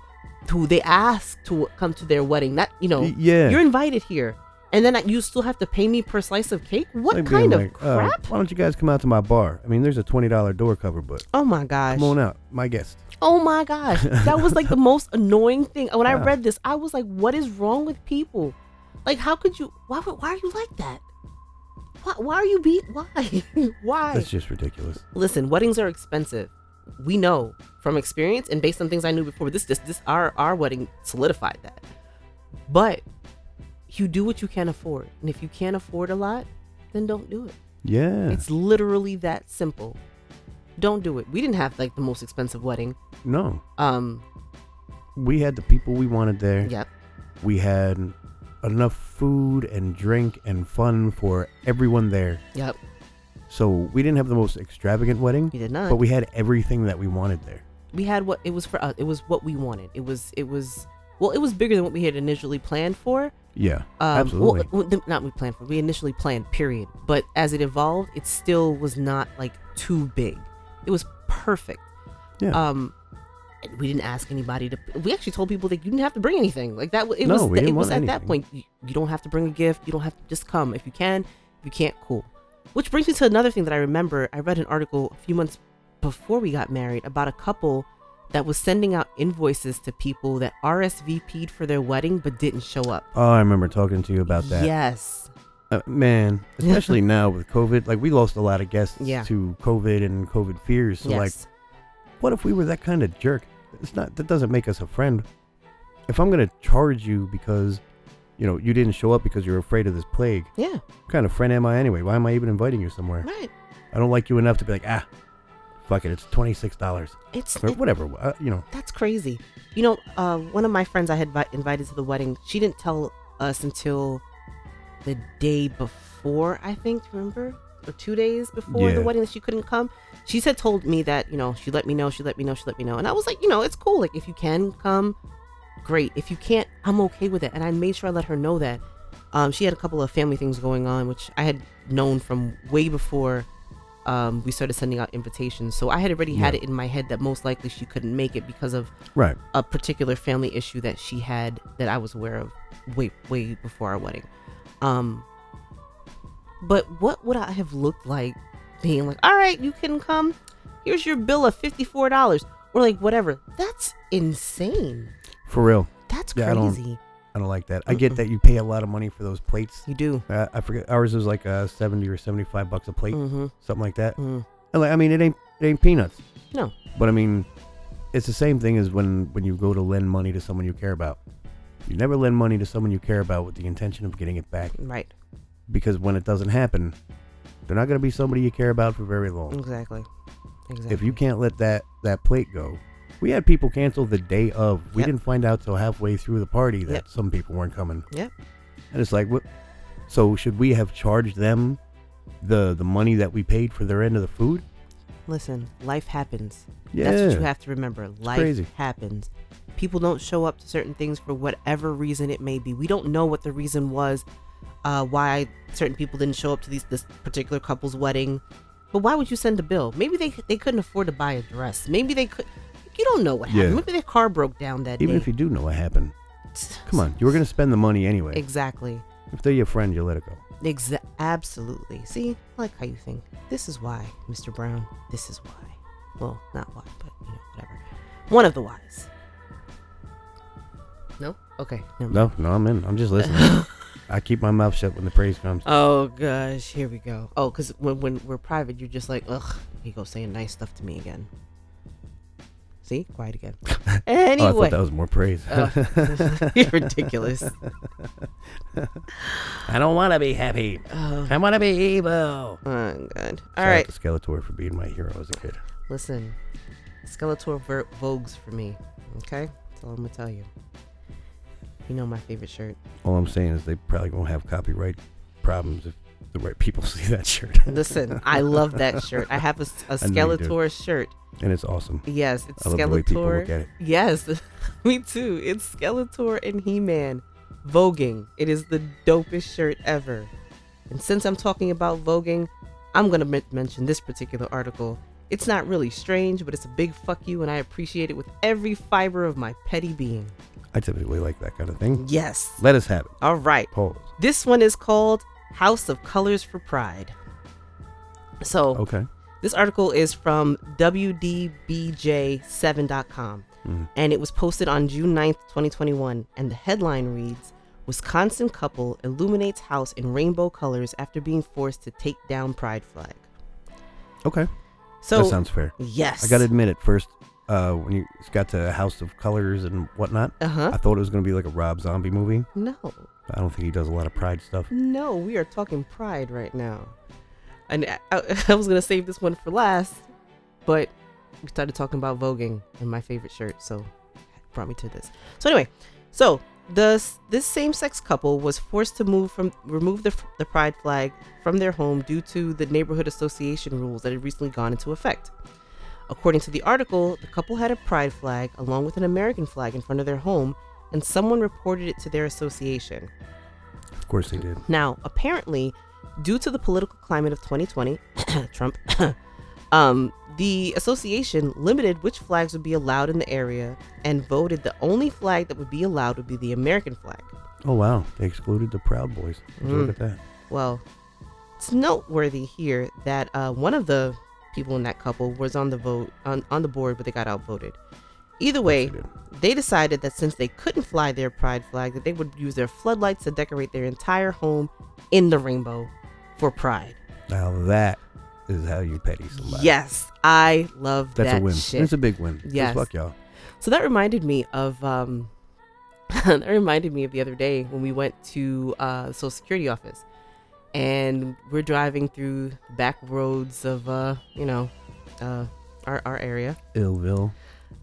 A: who they ask to come to their wedding. Not you know,
B: Y- yeah.
A: you're invited here, and then you still have to pay me per slice of cake. What
B: Like being
A: kind of
B: like, uh,
A: crap?
B: why don't you guys come out to my bar? I mean, there's a twenty dollar door cover, but
A: oh my gosh!
B: come on out, my guest.
A: Oh my gosh. That was like the most annoying thing. When I
B: Yeah.
A: read this, I was like, what is wrong with people? Like, how could you? Why, would- why are you like that? Why, why are you beat? Why? why?
B: That's just ridiculous.
A: Listen, weddings are expensive. We know from experience and based on things I knew before. This, this, this, our, our wedding solidified that. But you do what you can afford. And if you can't afford a lot, then don't do it.
B: Yeah.
A: It's literally that simple. Don't do it. We didn't have like the most expensive wedding.
B: no,
A: Um,
B: we had the people we wanted there.
A: yeah.
B: We had enough food and drink and fun for everyone there.
A: Yep,
B: So we didn't have the most extravagant wedding,
A: we did not.
B: but we had everything that we wanted there.
A: we had what it was for us. It was what we wanted. It was it was well, it was bigger than what we had initially planned for.
B: Yeah,
A: Um,
B: absolutely.
A: Well, well, not we planned for. We initially planned. Period. But as it evolved, it still was not like too big. It was perfect.
B: Yeah.
A: Um, and we didn't ask anybody to. We actually told people that you didn't have to bring anything. Like that. wa- It
B: No,
A: was.
B: we
A: th-
B: didn't
A: it was at
B: want
A: that
B: anything.
A: point. You, you don't have to bring a gift. You don't have to just come if you can. If you can't, cool. Which brings me to another thing that I remember. I read an article a few months before we got married about a couple that was sending out invoices to people that RSVP'd for their wedding but didn't show up.
B: oh, I remember talking to you about that.
A: Yes.
B: Uh, man, especially now with COVID, like we lost a lot of guests
A: Yeah.
B: to COVID and COVID fears. So, like,
A: yes.
B: what if we were that kind of jerk? It's not that doesn't make us a friend. If I'm gonna charge you because, you know, you didn't show up because you're afraid of this plague,
A: yeah.
B: what kind of friend am I anyway? Why am I even inviting you somewhere?
A: Right.
B: I don't like you enough to be like, ah, fuck it, it's twenty six dollars
A: It's
B: or
A: it-
B: whatever. Uh, you know,
A: that's crazy. You know, uh, one of my friends I had vi- invited to the wedding, she didn't tell us until the day before. I think. Remember? or two days before
B: Yeah.
A: the wedding that she couldn't come. She said told me that you know she let me know, she let me know, she let me know, and I was like, you know, it's cool. Like if you can come, great. If you can't, I'm okay with it. And I made sure I let her know that. Um, she had a couple of family things going on, which I had known from way before um, we started sending out invitations. So I had already had it in my head that most likely she couldn't make it because of
B: Right.
A: a particular family issue that she had that I was aware of way way before our wedding. Um but what would I have looked like being like, "All right, you can come. Here's your bill of $54." Or like whatever. That's insane.
B: For real.
A: That's
B: Yeah, I don't-
A: crazy.
B: I don't like that. I get that you pay a lot of money for those plates.
A: You do.
B: Uh, I forget ours was like uh, seventy or seventy five bucks a plate,
A: Mhm.
B: something like that.
A: Mm.
B: And, like, I mean, it ain't it ain't peanuts.
A: No.
B: But I mean, it's the same thing as when when you go to lend money to someone you care about. You never lend money to someone you care about with the intention of getting it back,
A: Right.
B: because when it doesn't happen, they're not gonna be somebody you care about for very long.
A: Exactly. Exactly.
B: If you can't let that that plate go, we had people cancel the day of. We
A: Yep.
B: didn't find out till halfway through the party that
A: Yep.
B: some people weren't coming.
A: Yep.
B: And it's like, what? So should we have charged them the the money that we paid for their end of the food?
A: Listen, life happens.
B: Yeah.
A: That's what you have to remember. Life
B: crazy.
A: happens. People don't show up to certain things for whatever reason it may be. We don't know what the reason was, uh, why certain people didn't show up to these this particular couple's wedding. But why would you send a bill? Maybe they they couldn't afford to buy a dress. Maybe they could. You don't know what
B: Yeah.
A: happened. Maybe their car broke down that
B: Even
A: day.
B: if you do know what happened, come on, you were gonna spend the money anyway.
A: Exactly.
B: if they're your friend, you let it go.
A: Exa- absolutely. See, I like how you think. This is why, Mr. Brown. This is why. Well, not why, but you know, whatever. One of the whys. No. Okay. Never
B: No, no, I'm in. I'm just listening. I keep my mouth shut when the praise comes.
A: Oh gosh, here we go. Oh, because when when we're private, you're just like, ugh, he goes saying nice stuff to me again. See, quiet again.
B: Oh, I
A: Anyway,
B: thought that was more praise.
A: Oh, you're ridiculous.
B: I don't want to be happy.
A: Oh,
B: I want to be evil.
A: oh god. All
B: Shout
A: right,
B: out to Skeletor for being my hero as a kid.
A: listen, Skeletor ver- vogues for me. Okay, that's all I'm gonna tell you. You know my favorite shirt.
B: All I'm saying is they probably won't have copyright problems if the right people see that shirt.
A: Listen, I love that shirt. I have a, s- a
B: I know you do.
A: Skeletor shirt.
B: and it's awesome.
A: Yes, it's
B: I love the way people
A: Skeletor.
B: look at it.
A: Yes, me too. It's Skeletor and He Man voguing. It is the dopest shirt ever. And since I'm talking about voguing, I'm going to men- mention this particular article. It's not really strange, but it's a big fuck you, and I appreciate it with every fiber of my petty being.
B: I typically like that kind of thing.
A: Yes.
B: Let us have it.
A: All right.
B: Pause.
A: This one is called House of Colors for Pride. So,
B: Okay.
A: this article is from WDBJ7.com
B: Mhm.
A: and it was posted on June 9th, 2021. And the headline reads Wisconsin couple illuminates house in rainbow colors after being forced to take down pride flag.
B: Okay.
A: So,
B: that sounds fair.
A: yes.
B: I gotta admit, at first, uh, when you got to House of Colors and whatnot,
A: Uh huh.
B: I thought it was gonna be like a Rob Zombie movie.
A: No,
B: I don't think he does a lot of pride stuff.
A: no, we are talking pride right now. And I, I, I was going to save this one for last, but we started talking about voguing and my favorite shirt, so it brought me to this. So anyway, so the this same-sex couple was forced to move from remove the, the pride flag from their home due to the neighborhood association rules that had recently gone into effect. According to the article, the couple had a pride flag along with an American flag in front of their home, and someone reported it to their association.
B: Of course, they did.
A: Now, apparently, due to the political climate of 2020, Trump, um, the association limited which flags would be allowed in the area and voted the only flag that would be allowed would be the American flag.
B: Oh wow, they excluded the Proud Boys. Would you Look at
A: Mm.
B: that.
A: Well, it's noteworthy here that uh, one of the people in that couple was on the vote on, on the board, but they got outvoted. Either way,
B: Yes, they did.
A: they decided that since they couldn't fly their pride flag, that they would use their floodlights to decorate their entire home in the rainbow for pride.
B: Now that is how you petty somebody.
A: Yes, I love
B: That's
A: that
B: a win.
A: shit.
B: It's a big win. 'Cause
A: Yes.
B: Fuck y'all.
A: so that reminded me of um, that reminded me of the other day when we went to uh, the Social Security office, and we're driving through the back roads of uh, you know, uh, our our area.
B: Illville.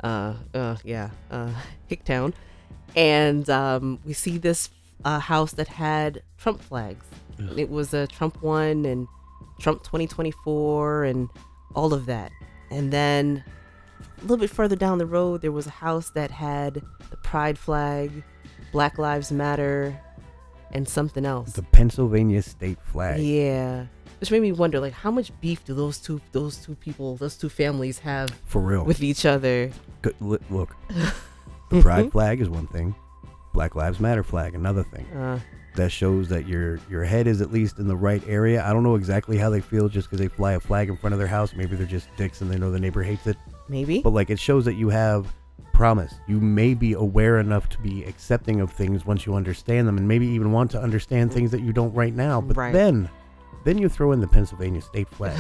A: uh, uh yeah, uh, Hicktown, and um, we see this uh, house that had Trump flags.
B: Ugh.
A: It was a Trump one and Trump 2024 and all of that. And then a little bit further down the road, there was a house that had the pride flag, Black Lives Matter, and something else.
B: The Pennsylvania state flag.
A: yeah. Which made me wonder, like, how much beef do those two those two people, those two families have
B: For real.
A: with each other?
B: Good, li- look, the pride flag is one thing. Black Lives Matter flag, another thing.
A: Uh,
B: That shows that your your head is at least in the right area. I don't know exactly how they feel just because they fly a flag in front of their house. Maybe they're just dicks and they know the neighbor hates it.
A: maybe.
B: But like it shows that you have promise. You may be aware enough to be accepting of things once you understand them, and maybe even want to understand things that you don't right now. But
A: Right.
B: then, then you throw in the Pennsylvania state flag.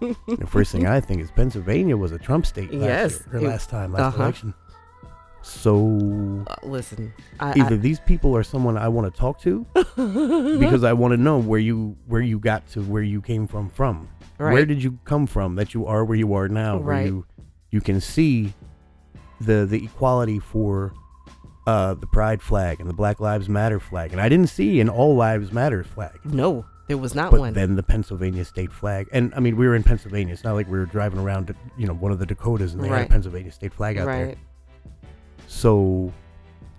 B: the first thing I think is Pennsylvania was a Trump state last
A: Yes,
B: year, or
A: it-
B: last time, last
A: uh-huh.
B: election. So
A: Uh, listen, I, I-
B: either these people are someone I want to talk to because I want to know where you where you got to where you came from from. Where
A: Right.
B: did you come from that you are where you are now? Where
A: Right.
B: you you can see the the equality for uh, the pride flag and the Black Lives Matter flag, and I didn't see an All Lives Matter flag,
A: no, there was not
B: but
A: one.
B: then the Pennsylvania state flag. And I mean, we were in Pennsylvania. It's not like we were driving around, to, you know, one of the Dakotas and they had
A: Right.
B: a Pennsylvania state flag out
A: right.
B: there. So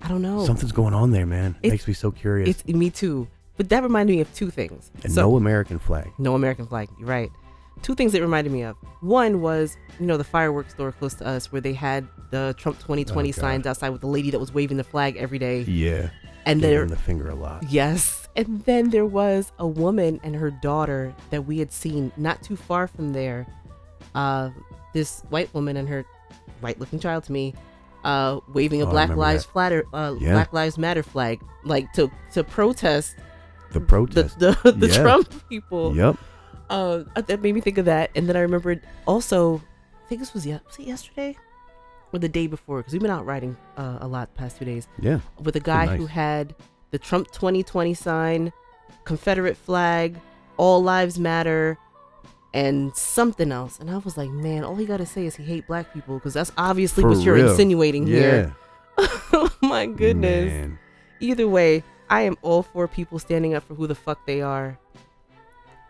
A: I don't know.
B: something's going on there, man. It
A: It's-
B: makes me so curious.
A: It's me too. But that reminded me of two things.
B: and
A: so
B: no American flag.
A: no American flag. You're right. Two things it reminded me of. One was, you know, the fireworks store close to us where they had the Trump 2020
B: Oh, God.
A: signs outside with the lady that was waving the flag every day.
B: Yeah,
A: And
B: giving
A: there,
B: the finger a lot.
A: yes. And then there was a woman and her daughter that we had seen not too far from there. Uh, this white woman and her white looking child to me. Uh, waving a
B: Oh, I
A: Black
B: remember
A: Lives
B: that.
A: Flatter, uh,
B: Yeah.
A: Black Lives Matter flag, like to to protest
B: The
A: the
B: protest.
A: the, the
B: Yeah.
A: Trump people.
B: yep.
A: Uh, that made me think of that, and then I remembered also. I think this was, ye- was it yesterday or the day before because we've been out riding uh, a lot the past two days
B: Yeah.
A: with a guy who
B: Oh, nice.
A: had the Trump 2020 sign, Confederate flag, All Lives Matter, and something else. And I was like, man, all he got to say is he hate black people because that's obviously
B: For
A: what you're
B: real.
A: insinuating here.
B: Yeah.
A: oh my goodness
B: Man.
A: either way, I am all for people standing up for who the fuck they are.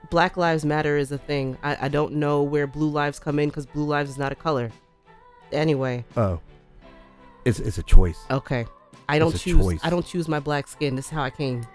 A: Black Lives Matter is a thing. I, I don't know where blue lives come in because blue lives is not a color. Anyway,
B: Oh. It's it's a choice.
A: okay. I don't
B: It's a
A: choose
B: choice.
A: I don't choose my black skin. This is how I came.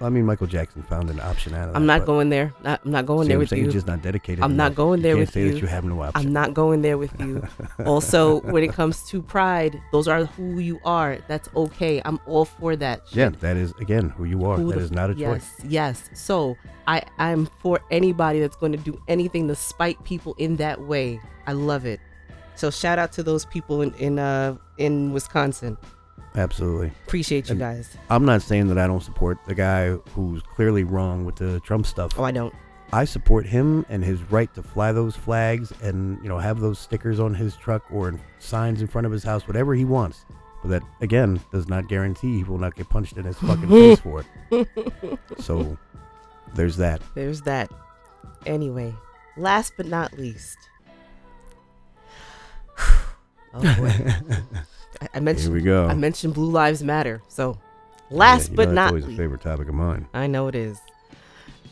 B: I mean, Michael Jackson found an option out of that.
A: I'm not
B: Uh, but
A: going there. I- I'm not
B: see
A: going there
B: what I'm
A: with
B: saying?
A: you.
B: You're just not dedicated.
A: I'm not
B: enough.
A: going there
B: you can't
A: with
B: say
A: you.
B: that you have no option.
A: I'm not going there with you. also, when it comes to pride, those are who you are. That's okay. I'm all for that. shit.
B: Yeah, that is again who you are. That
A: Who
B: is
A: the f-
B: not a
A: yes,
B: choice.
A: Yes, So I I'm for anybody that's going to do anything to spite people in that way. I love it. So shout out to those people in in uh in Wisconsin.
B: Absolutely.
A: Appreciate you
B: And-
A: guys.
B: I'm not saying that I don't support the guy who's clearly wrong with the Trump stuff.
A: Oh, I don't.
B: I support him and his right to fly those flags and you know have those stickers on his truck or in- signs in front of his house, whatever he wants. But that again does not guarantee he will not get punched in his fucking face for it. So there's that.
A: There's that. Anyway, last but not least. Oh boy. I, I mentioned
B: we go.
A: I mentioned Blue Lives Matter. So last but not least.
B: favorite topic of mine.
A: I know it is.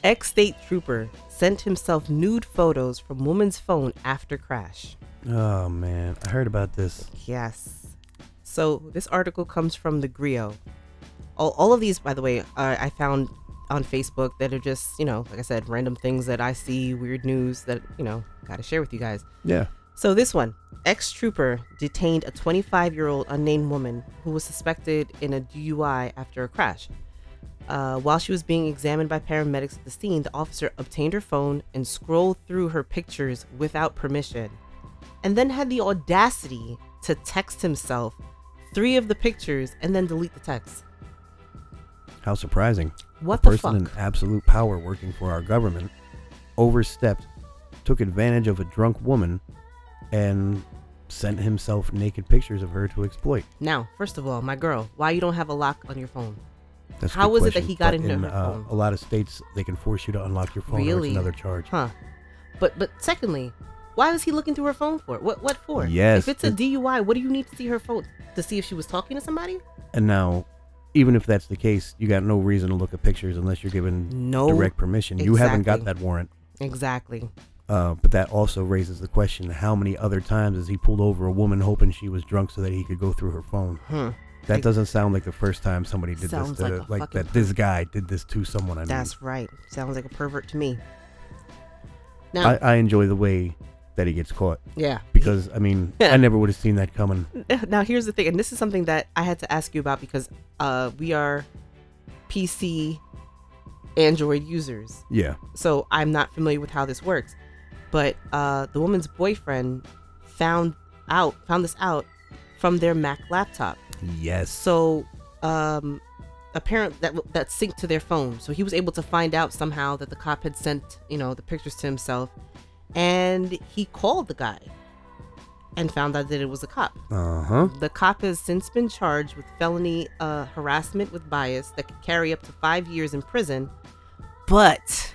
A: Ex state trooper sent himself nude photos from woman's phone after crash.
B: Oh man, I heard about this.
A: Yes. So this article comes from the Griot. All, all of these, by the way, are, I found on Facebook that are just, you know, like I said, random things that I see, weird news that, you know, gotta share with you guys.
B: Yeah.
A: So this one, ex trooper detained a 25 year old unnamed woman who was suspected in a DUI after a crash. Uh, while she was being examined by paramedics at the scene, the officer obtained her phone and scrolled through her pictures without permission, and then had the audacity to text himself three of the pictures and then delete the text.
B: How surprising.
A: What
B: a
A: the
B: person
A: fuck?
B: in absolute power working for our government overstepped, took advantage of a drunk woman, and sent himself naked pictures of her to exploit.
A: Now, first of all, my girl, why you don't have a lock on your phone?
B: That's a
A: How
B: good
A: was it that
B: question,
A: he got
B: but
A: into her
B: uh,
A: phone?
B: A lot of states, they can force you to unlock your phone or
A: Really?
B: it's another charge.
A: Huh. But but secondly, why was he looking through her phone for? What what for?
B: Yes,
A: If it's a
B: it-
A: DUI, what do you need to see her phone to see if she was talking to somebody?
B: And now, even if that's the case, you got no reason to look at pictures unless you're given
A: No,
B: direct permission. You haven't got
A: exactly.
B: that warrant.
A: exactly.
B: Uh, but that also raises the question: How many other times has he pulled over a woman hoping she was drunk so that he could go through her phone?
A: Hmm.
B: That doesn't sound like the first time somebody did this.
A: Sounds
B: To,
A: like
B: like
A: a fucking
B: that, this guy did this to someone. I mean,
A: That's right. Sounds like a pervert to me. Now,
B: I, I enjoy the way that he gets caught
A: yeah,
B: because I mean, I never would have seen that coming.
A: now here's the thing and this is something that i had to ask you about because uh, we are pc android users
B: Yeah,
A: so i'm not familiar with how this works but uh, the woman's boyfriend found out found this out from their mac laptop
B: yes,
A: so um apparent that that synced to their phone so he was able to find out somehow that the cop had sent you know the pictures to himself and he called the guy and found out that it was a cop
B: uh huh.
A: the cop has since been charged with felony uh, harassment with bias that could carry up to five years in prison. But,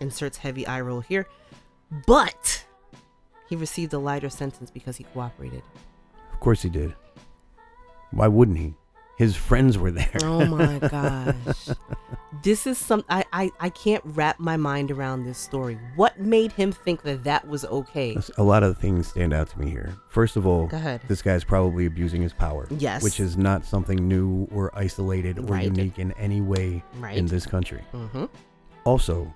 A: inserts heavy eye roll here, but he received a lighter sentence because he cooperated.
B: Of course he did. Why wouldn't he? His friends were there.
A: Oh my gosh. This is some, I, I, I can't wrap my mind around this story. What made him think that that was okay?
B: A lot of things stand out to me here. First of all,
A: Go ahead.
B: this guy's probably abusing his power.
A: Yes.
B: Which is not something new or isolated or
A: Right.
B: unique in any way
A: Right.
B: in this country.
A: Mm-hmm.
B: Also,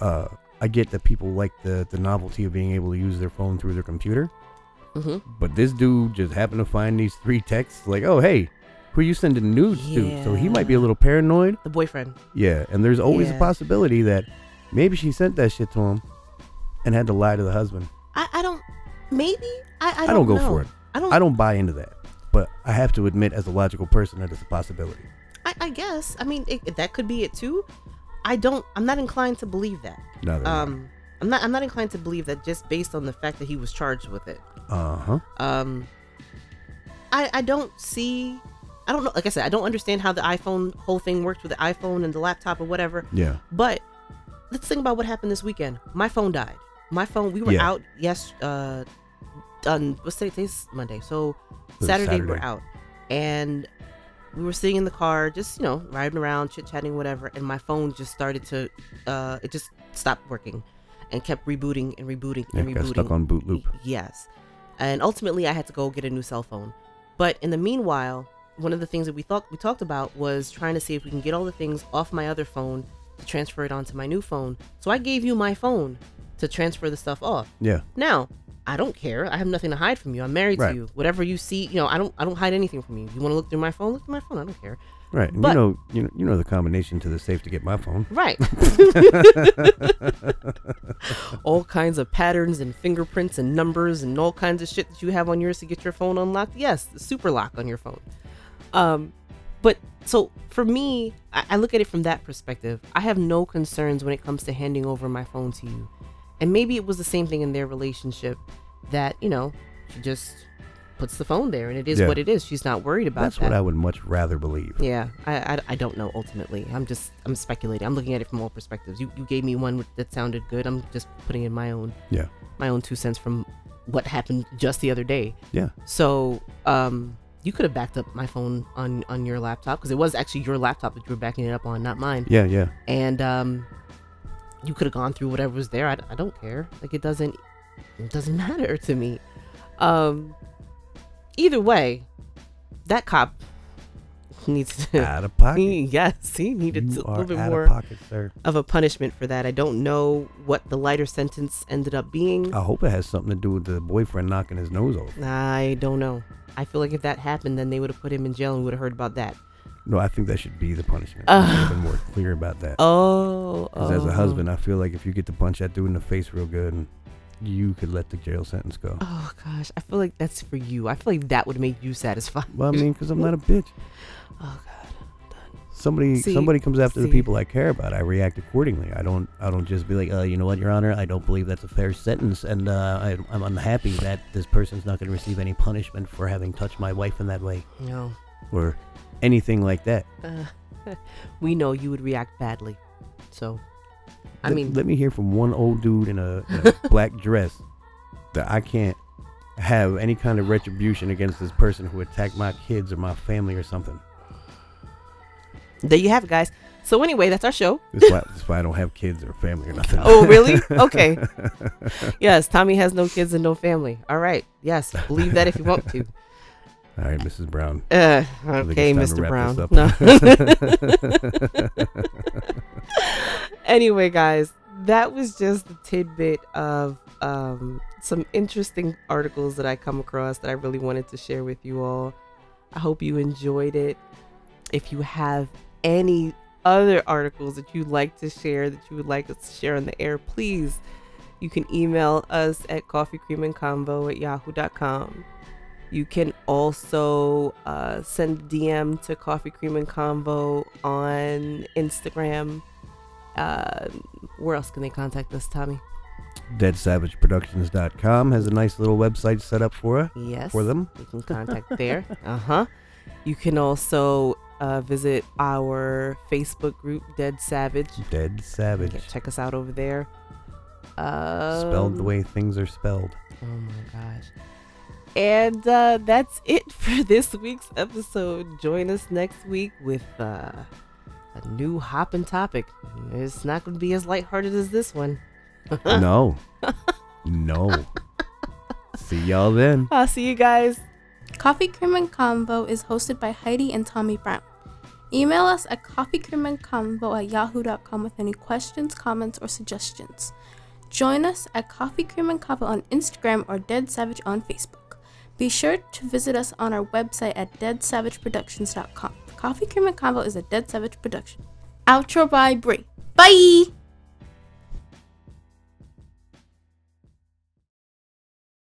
B: uh, I get that people like the, the novelty of being able to use their phone through their computer,
A: Mm-hmm.
B: but this dude just happened to find these three texts like, oh, hey, who are you sending nudes to? So he might be a
A: Yeah.
B: little paranoid.
A: The boyfriend.
B: Yeah, and there's always a
A: Yeah.
B: possibility that maybe she sent that shit to him and had to lie to the husband.
A: I, I don't, maybe? I, I,
B: I
A: don't
B: don't go
A: know.
B: for it.
A: I don't,
B: I don't buy into that, but I have to admit, as a logical person, that it's a possibility.
A: I, I guess. I mean, it, that could be it too. I don't. I'm not inclined to believe that.
B: Neither.
A: Um, I'm not. I'm not inclined to believe that just based on the fact that he was charged with it.
B: uh huh.
A: Um, I I don't see. I don't know. Like I said, I don't understand how the iPhone whole thing worked with the iPhone and the laptop or whatever.
B: Yeah.
A: But let's think about what happened this weekend. My phone died. My phone. We were
B: Yeah.
A: out. Yes. Uh, on what's today? Today's Monday. So
B: was
A: Saturday, we're
B: Saturday.
A: out, and we were sitting in the car, just you know, riding around, chit chatting, whatever. And my phone just started to. Uh, it just stopped working, and kept rebooting and rebooting
B: Yeah,
A: and
B: got
A: rebooting.
B: stuck on boot loop.
A: Y- Yes. And ultimately, I had to go get a new cell phone. But in the meanwhile, one of the things that we thought we talked about was trying to see if we can get all the things off my other phone to transfer it onto my new phone. So I gave you my phone to transfer the stuff off.
B: Yeah.
A: Now, I don't care. I have nothing to hide from you. I'm married
B: Right.
A: to you. Whatever you see, you know, I don't I don't hide anything from you. You want to look through my phone? Look through my phone. I don't care.
B: Right. And
A: But-
B: you know, you know, you know the combination to the safe to get my phone.
A: Right. all kinds of patterns and fingerprints and numbers and all kinds of shit that you have on yours to get your phone unlocked. Yes, the super lock on your phone. Um, but so for me, I, I look at it from that perspective. I have no concerns when it comes to handing over my phone to you. And maybe it was the same thing in their relationship that, you know, she just puts the phone there and it is
B: Yeah.
A: what it is. She's not worried about
B: That's
A: that.
B: what I would much rather believe.
A: Yeah, I, I, I don't know ultimately. I'm just I'm speculating. I'm looking at it from all perspectives. You, you gave me one with- that sounded good. I'm just putting in my own
B: Yeah.
A: my own two cents from what happened just the other day.
B: Yeah.
A: So um, you could have backed up my phone on on your laptop because it was actually your laptop that you were backing it up on, not mine.
B: Yeah. Yeah.
A: And um, you could have gone through whatever was there. I, I don't care. Like it doesn't it doesn't matter to me. Um, either way, that cop needs to.
B: Out of pocket.
A: He- yes, he needed
B: you
A: a
B: are
A: little bit
B: out
A: more
B: of pocket, sir.
A: of a punishment for that. I don't know what the lighter sentence ended up being.
B: I hope it has something to do with the boyfriend knocking his nose off.
A: I don't know. I feel like if that happened, then they would have put him in jail and would have heard about that.
B: No, I think that should be the punishment.
A: Ugh.
B: I've been more clear about that.
A: Oh,
B: Because as
A: oh.
B: a husband, I feel like if you get to punch that dude in the face real good, and you could let the jail sentence go.
A: Oh gosh, I feel like that's for you. I feel like that would make you satisfied.
B: Well, I mean, because I'm not a bitch.
A: Oh god.
B: Somebody,
A: See,
B: somebody comes after the
A: see.
B: people I care about. I react accordingly. I don't, I don't just be like, uh, you know what, Your Honor, I don't believe that's a fair sentence, and uh, I, I'm unhappy that this person's not going to receive any punishment for having touched my wife in that way,
A: No.
B: or anything like that.
A: Uh, we know you would react badly. So, I
B: Let-
A: mean,
B: let me hear from one old dude in a, in a black dress that I can't have any kind of retribution against this person who attacked my kids or my family or something.
A: There you have it, guys. So anyway, that's our show.
B: That's why, that's why I don't have kids or family or nothing.
A: Oh, really? Okay. yes, Tommy has no kids and no family. All right. Yes, believe that if you want to.
B: All right, Mrs. Brown.
A: Uh,
B: I think
A: okay,
B: it's
A: Mr.
B: time to
A: Brown.
B: wrap
A: No.
B: this up.
A: anyway, guys, that was just the tidbit of um, some interesting articles that I come across that I really wanted to share with you all. I hope you enjoyed it. If you have any other articles that you'd like to share, that you would like us to share on the air, please, you can email us at coffeecreamandcombo at yahoo.com. You can also uh, send a DM to Coffee Cream and Combo on Instagram. Uh, where else can they contact us, Tommy?
B: DeadSavageProductions.com has a nice little website set up for,
A: Yes.
B: for them.
A: You can contact there. uh huh. You can also uh, visit our Facebook group, Dead Savage.
B: Dead
A: Yeah,
B: Savage.
A: check us out over there. Um,
B: Spelled the way things are spelled.
A: Oh my gosh. And uh, that's it for this week's episode. Join us next week with uh, a new hopping topic. It's not going to be as lighthearted as this one.
B: no. No. See y'all then.
A: I'll see you guys.
C: Coffee Cream and Combo is hosted by Heidi and Tommy Brown. Email us at coffeecreamandcombo at yahoo.com with any questions, comments, or suggestions. Join us at Coffee Cream and Combo on Instagram or Dead Savage on Facebook. Be sure to visit us on our website at deadsavageproductions.com. Coffee Cream and Combo is a Dead Savage production. Outro by Brie. Bye!